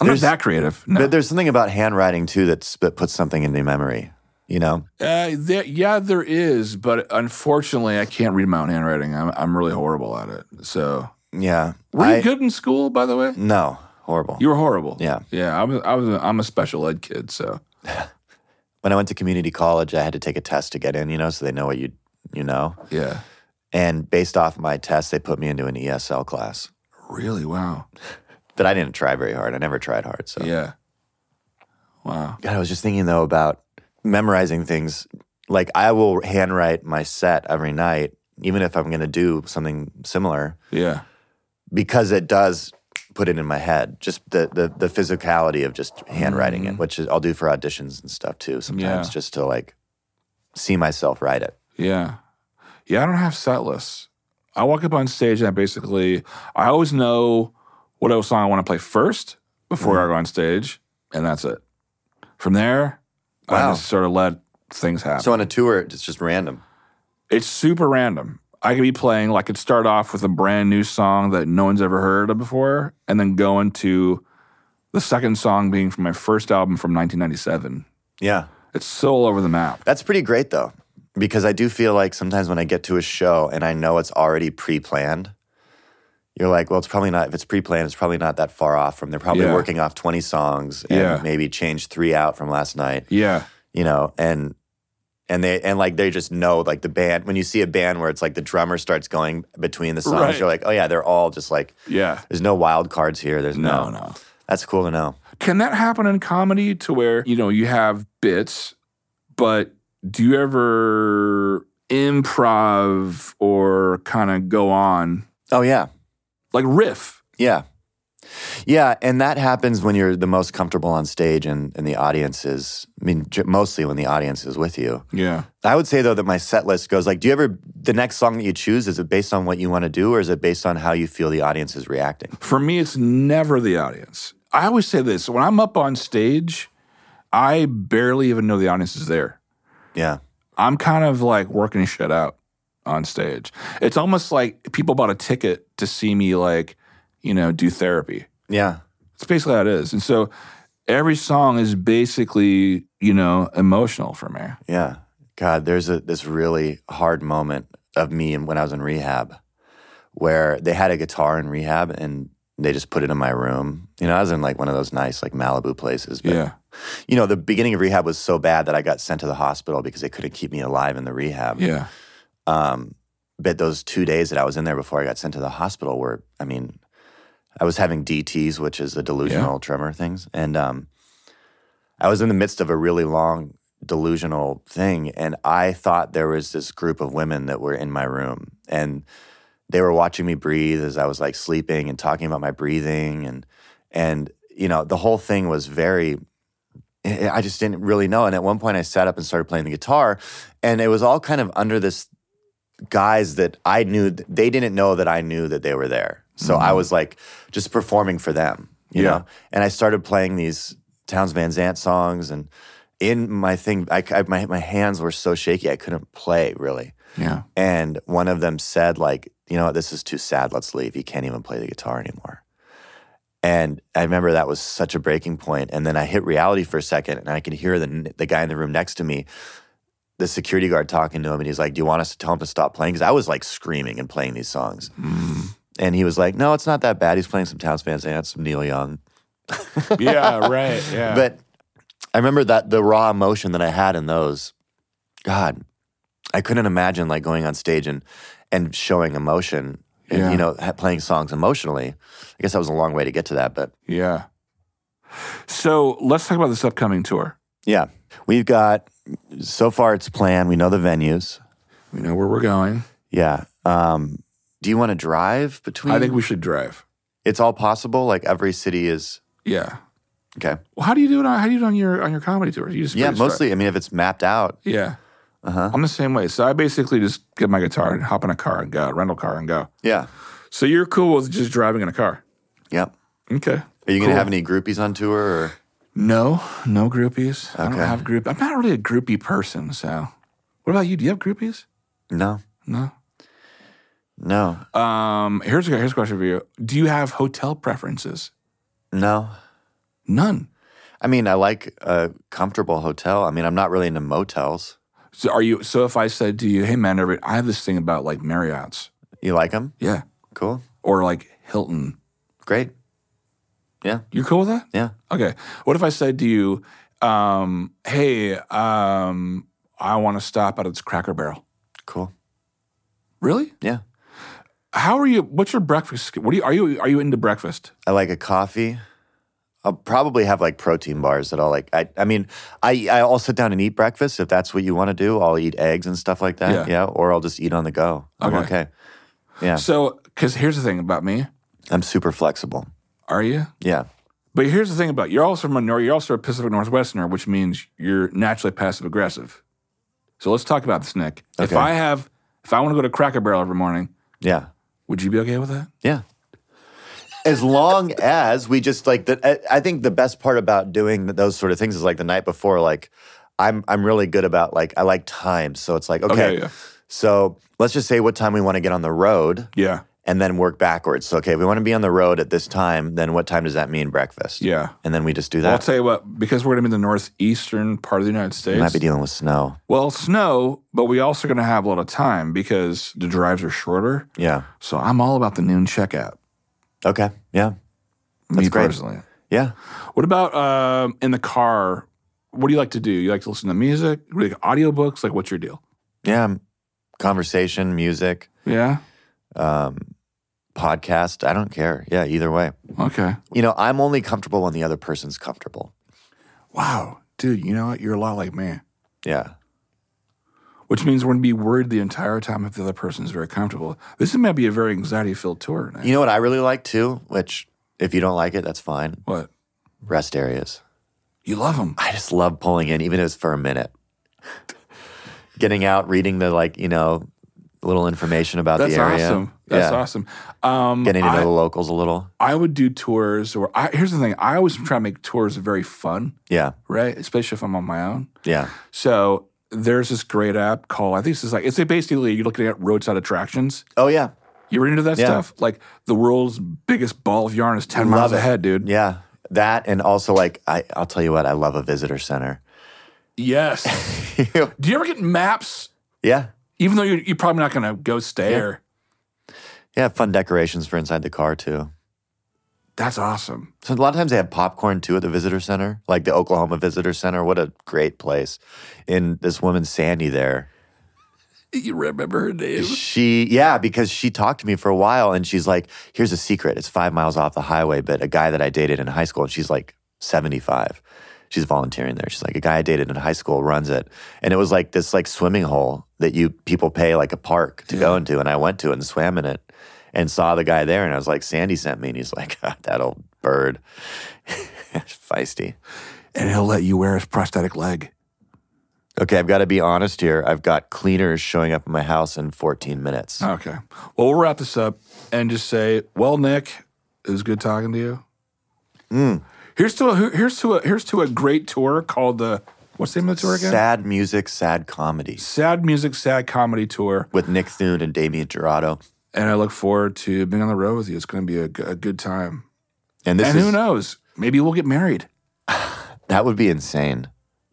E: I'm
F: There's-
E: not that creative. No.
F: But there's something about handwriting too that's, that puts something into memory. You know,
E: Uh, there, yeah, there is, but unfortunately, I can't read my own handwriting. I'm I'm really horrible at it. So
F: yeah.
E: were
F: I-
E: you good in school, by the way?
F: No, horrible.
E: You were horrible.
F: Yeah.
E: yeah. I was. I was. A, I'm a special ed kid, so
F: when I went to community college, I had to take a test to get in. You know, so they know what you you know.
E: yeah.
F: And based off my test, they put me into an ESL class.
E: Really? Wow.
F: But I didn't try very hard. I never tried hard. So
E: Yeah. Wow.
F: God, I was just thinking though about memorizing things. Like I will handwrite my set every night, even if I'm going to do something similar.
E: Yeah.
F: because it does put it in my head just the the, the physicality of just handwriting it which is, i'll do for auditions and stuff too sometimes
E: Mm. Yeah.
F: just to like see myself write it
E: Yeah. Yeah, I don't have set lists. I walk up on stage and I basically I always know what song I want to play first before
F: Mm-hmm.
E: I go on stage, and that's it. From there,
F: Wow.
E: I just sort of let things happen.
F: so on a tour it's just random
E: it's super random. I could be playing, like, could start off with a brand new song that no one's ever heard of before, and then go into the second song being from my first album from 1997.
F: yeah
E: It's so all over the map.
F: that's pretty great though because i do feel like sometimes when i get to a show and i know it's already pre-planned you're like well it's probably not if it's pre-planned it's probably not that far off from they're probably
E: Yeah.
F: working off 20 songs and
E: Yeah.
F: maybe change three out from last night
E: Yeah.
F: you know, and and they and like they just know like the band when you see a band where it's like the drummer starts going between the songs,
E: Right.
F: you're like, oh yeah, they're all just like
E: Yeah.
F: there's no wild cards here. There's no,
E: no. no.
F: That's cool to know.
E: Can that happen in comedy to where, you know, you have bits, but do you ever improv or kind of go on
F: Oh yeah,
E: like riff?
F: yeah, yeah. And that happens when you're the most comfortable on stage and and the audience is. I mean, j- mostly when the audience is with you.
E: Yeah.
F: I would say though that my set list goes like, do you ever the next song that you choose is it based on what you want to do or is it based on how you feel the audience is reacting?
E: For me, it's never the audience. I always say this when I'm up on stage, I barely even know the audience is there.
F: Yeah,
E: I'm kind of like working shit out on stage. It's almost like people bought a ticket to see me, like, you know, do therapy.
F: yeah.
E: It's basically how it is. And so every song is basically, you know, emotional for me.
F: Yeah. God, there's a this really hard moment of me when I was in rehab where they had a guitar in rehab and They just put it in my room. You know, I was in like one of those nice like Malibu places. But,
E: Yeah.
F: You know, the beginning of rehab was so bad that I got sent to the hospital because they couldn't keep me alive in the rehab.
E: Yeah.
F: Um, but those two days that I was in there before I got sent to the hospital were, I mean, I was having DTs, which is the delusional tremor things, and um, I was in the midst of a really long delusional thing, and I thought there was this group of women that were in my room, and they were watching me breathe as I was like sleeping and talking about my breathing, and and you know the whole thing was very I I just didn't really know. And at one point, I sat up and started playing the guitar, and it was all kind of under this guise that I knew th- they didn't know that I knew that they were there. So I was like just performing for them, you
E: Yeah.
F: know. And I started playing these Towns Van Zant songs, and in my thing, I, c- I- my my hands were so shaky I couldn't play really.
E: Yeah.
F: And one of them said, like, you know what, this is too sad. Let's leave. He can't even play the guitar anymore. And I remember that was such a breaking point. And then I hit reality for a second and I could hear the, the guy in the room next to me, the security guard talking to him. And he's like, Do you want us to tell him to stop playing? Because I was like screaming and playing these songs. And he was like, No, it's not that bad. He's playing some Towns Van Zandt, some Neil Young.
E: [laughs] Yeah. Right. Yeah.
F: But I remember that the raw emotion that I had in those, God, I couldn't imagine like going on stage and and showing emotion, and,
E: Yeah.
F: you know, ha- playing songs emotionally. I guess that was a long way to get to that, but
E: yeah. So let's talk about this upcoming tour.
F: yeah, we've got so far it's planned. We know the venues.
E: We know where we're going.
F: Yeah. Um, do you want to drive between?
E: I think we should drive.
F: it's all possible. Like every city is
E: Yeah.
F: okay.
E: Well, how do you do it? On, how do you do it on your on your comedy tours? You just
F: Yeah,
E: you just
F: mostly. I mean, if it's mapped out,
E: drive. Yeah. Uh-huh. I'm the same way. So I basically just get my guitar and hop in a car and go, rental car and go.
F: yeah,
E: So you're cool with just driving in a car.
F: yep.
E: Okay.
F: Are you
E: Cool.
F: gonna have any groupies on tour? Or?
E: No, no groupies. I don't
F: Okay.
E: have group. I'm not really a groupie person. So, what about you? Do you have groupies?
F: No,
E: No.
F: no,
E: Um. Here's a here's a question for you. Do you have hotel preferences?
F: no.
E: None.
F: I mean, I like a comfortable hotel. I mean, I'm not really into motels.
E: So are you? So if I said to you, "Hey man, Everett, I have this thing about like Marriotts,
F: You like them?
E: yeah,
F: Cool.
E: or like Hilton,
F: Great. Yeah.
E: you cool with that?
F: Yeah.
E: Okay. What if I said to you, um, "Hey, um, I want to stop at its Cracker Barrel."
F: Cool.
E: Really?
F: Yeah.
E: How are you? What's your breakfast? What do you are you are you into breakfast?
F: I like a coffee. I'll probably have like protein bars that I'll like. I, I mean, I, I'll sit down and eat breakfast if that's what you want to do. I'll eat eggs and stuff like
E: Yeah.
F: that. Yeah. Or I'll just eat on the go. I'm
E: Okay.
F: okay. Yeah.
E: So, because here's the thing about me,
F: I'm super flexible.
E: are you?
F: Yeah.
E: But here's the thing about you're also from a nor- you're also a Pacific Northwesterner, which means you're naturally passive aggressive. So let's talk about this, Nick. If
F: Okay.
E: I have, if I want to go to Cracker Barrel every morning,
F: Yeah.
E: would you be okay with that?
F: Yeah. As long as we just like the, I- I think the best part about doing those sort of things is like the night before. Like, I'm I'm really good about like I like time, so it's like okay.
E: yeah.
F: So let's just say what time we want to get on the road,
E: Yeah,
F: and then work backwards. So okay, if we want to be on the road at this time, then what time does that mean breakfast?
E: yeah.
F: and then we just do
E: Well, I'll
F: that.
E: tell you what, because we're gonna be in the northeastern part of the United
F: we might
E: States.
F: be dealing with snow.
E: well, snow, but we also gonna have a lot of time because the drives are shorter.
F: Yeah.
E: So I'm all about the noon checkout.
F: Okay. Yeah.
E: me
F: That's great.
E: personally.
F: Yeah.
E: What about um, in the car? What do you like to do? You like to listen to music, You like audiobooks? Like, what's your deal?
F: Yeah. Conversation, music,
E: Yeah.
F: um, podcast. I don't care. Yeah. Either way.
E: Okay.
F: you know, I'm only comfortable when the other person's comfortable.
E: Wow, dude, you know what? You're a lot like me,
F: Yeah.
E: which means we're gonna be worried the entire time if the other person is very comfortable. This might be a very anxiety-filled tour. Nick.
F: You know what I really like too, which if you don't like it, that's fine.
E: what?
F: Rest areas.
E: You love them.
F: I just love pulling in, even if it's for a minute. Getting out, reading the like, you know, little information about
E: That's
F: the area.
E: awesome. That's
F: yeah.
E: awesome. Um,
F: Getting to know
E: I-
F: the locals a little.
E: I would do tours, or I, here's the thing: I always try to make tours very fun,
F: Yeah.
E: right? Especially if I'm on my own.
F: Yeah.
E: So there's this great app called I think this is like it's basically you're looking at roadside attractions.
F: Oh yeah.
E: You were into that
F: Yeah.
E: stuff? Like the world's biggest ball of yarn is ten miles
F: Love it.
E: ahead, dude.
F: Yeah. That and also like I, I'll tell you what, I love a visitor center. [laughs]
E: [laughs] Yes. Do you ever get maps?
F: yeah.
E: Even though you're, you're probably not going to go stay
F: Yeah.
E: or
F: Yeah. Fun decorations for inside the car too.
E: That's awesome.
F: So a lot of times they have popcorn too at the visitor center, like the Oklahoma Visitor Center. What a great place! In this woman Sandy there,
E: You remember her name?
F: she yeah, because she talked to me for a while, and she's like, "Here's a secret. It's five miles off the highway, but a guy that I dated in high school, and she's like 75. She's volunteering there. She's like, a guy I dated in high school runs it, and it was like this like swimming hole that you people pay like a park to go into, and I went to it and swam in it." And saw the guy there, and I was like, Sandy sent me, and he's like, [laughs] that old bird. [laughs] Feisty.
E: And he'll let you wear his prosthetic leg.
F: Okay, I've got to be honest here. I've got cleaners showing up at my house in 14 minutes.
E: Okay. Well, we'll wrap this up and just say, well, Nick, it was good talking to you.
F: Mm.
E: Here's to a, here's to a here's to a great tour called the what's the name of the tour again?
F: Sad music, sad comedy
E: Sad music, sad comedy tour.
F: with Nick Thune and Damien Gerardo.
E: And I look forward to being on the road with you. It's going to be a, g- a good time.
F: And this
E: and
F: is
E: who knows? Maybe we'll get married.
F: that would be insane.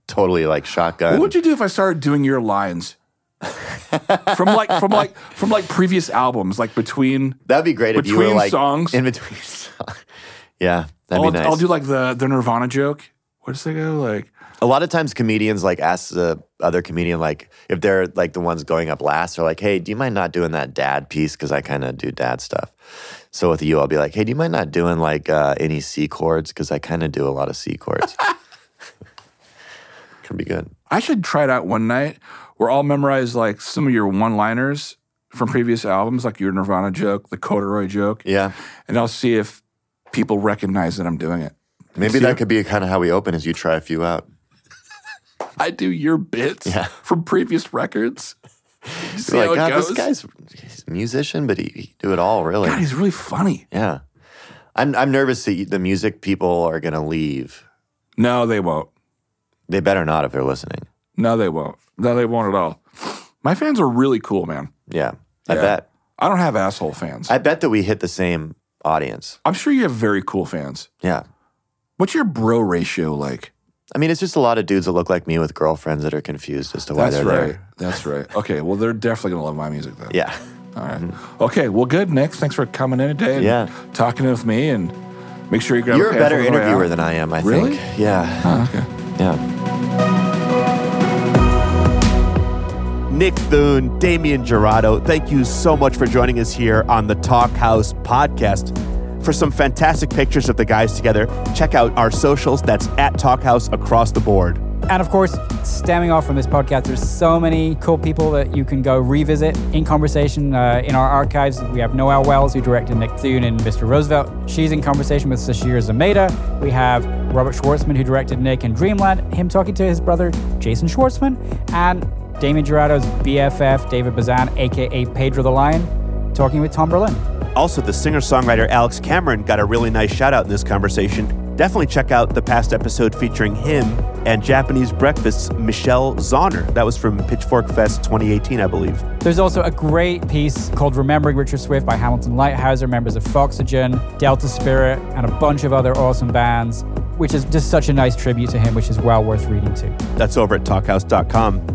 F: Totally like shotgun.
E: What would you do if I started doing your lines?
F: [laughs]
E: from like from like from like previous albums, like between
F: That'd be great if you were
E: Between
F: like
E: songs?
F: in between [laughs] songs. yeah, that'd
E: I'll,
F: be nice.
E: I'll do like the the Nirvana joke. What does that go like?
F: a lot of times comedians like ask the other comedian like if they're like the ones going up last they're like hey do you mind not doing that dad piece because i kind of do dad stuff so with you i'll be like hey do you mind not doing like uh, any c chords because i kind of do a lot of c chords
E: [laughs]
F: could be good
E: I should try it out one night where I'll memorize like some of your one liners from previous albums, like your Nirvana joke, the corduroy joke.
F: yeah
E: And I'll see if people recognize that I'm doing it.
F: maybe
E: See
F: that
E: you.
F: could be kind of how we open is you try a few out
E: I do your bits
F: Yeah.
E: from previous
F: [laughs]
E: records. see
F: You're
E: how
F: like
E: it
F: god
E: goes.
F: this guy's he's a musician but he, he can do it all really
E: God, he's really funny.
F: yeah I'm, I'm nervous that you- the music people are going to leave
E: No, they won't.
F: they better not if they're listening
E: No, they won't. No, they won't at all. My fans are really cool, man.
F: yeah i
E: Yeah.
F: bet
E: I don't have asshole fans.
F: I bet that we hit the same audience.
E: I'm sure you have very cool fans.
F: Yeah.
E: What's your bro ratio like?
F: I mean, it's just a lot of dudes that look like me with girlfriends that are confused as to why
E: That's
F: they're
E: right.
F: there.
E: That's right. Okay. Well, they're definitely gonna love my music then.
F: Yeah. Mm-hmm.
E: All right. Okay. Well, good, Nick. Thanks for coming in today. And
F: Yeah.
E: Talking with me, and make sure you grab.
F: You're a
E: pair
F: better
E: on the way
F: interviewer
E: out.
F: than I am, I
E: Really?
F: think. Yeah.
E: Oh, okay.
F: Yeah.
A: Nick Thune, Damian Gerardo, thank you so much for joining us here on the Talk House podcast. For some fantastic pictures of the guys together, check out our socials. That's at Talk House across the board.
B: And of course, stemming off from this podcast, there's so many cool people that you can go revisit in conversation uh, in our archives. We have Noelle Wells, who directed Nick Thune and Mr. Roosevelt. She's in conversation with Sashira Zameda. We have Robert Schwartzman, who directed Nick and Dreamland, him talking to his brother, Jason Schwartzman, and Damien Gerardo's BFF, David Bazan, aka Pedro the Lion, talking with Tom Berlin.
A: Also, the singer songwriter Alex Cameron got a really nice shout out in this conversation. Definitely check out the past episode featuring him and Japanese Breakfast's Michelle Zauner. That was from Pitchfork Fest 2018, I believe.
B: There's also a great piece called Remembering Richard Swift by Hamilton Lighthouser, members of Foxygen, Delta Spirit, and a bunch of other awesome bands, which is just such a nice tribute to him, which is well worth reading too.
A: That's over at talkhouse.com.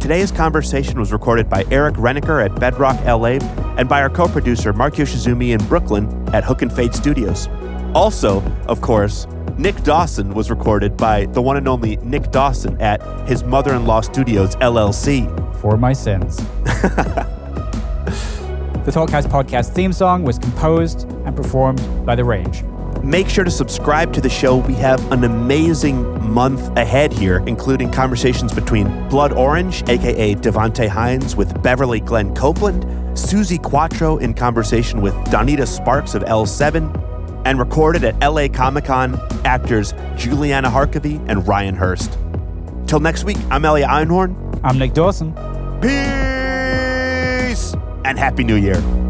A: Today's conversation was recorded by Eric Reniker at Bedrock LA and by our co producer Mark Yoshizumi in Brooklyn at Hook and Fade Studios. Also, of course, Nick Dawson was recorded by the one and only Nick Dawson at his mother in law studios, LLC.
B: For my sins. the Talkhouse podcast theme song was composed and performed by The Range.
A: Make sure to subscribe to the show. We have an amazing month ahead here, including conversations between Blood Orange, aka Devante Hines, with Beverly Glenn Copeland, Susie Quattro in conversation with Donita Sparks of L7, and recorded at LA Comic Con, actors Juliana Harkavy and Ryan Hurst. Till next week, I'm Elliot Einhorn.
B: I'm Nick Dawson.
A: Peace and Happy New Year.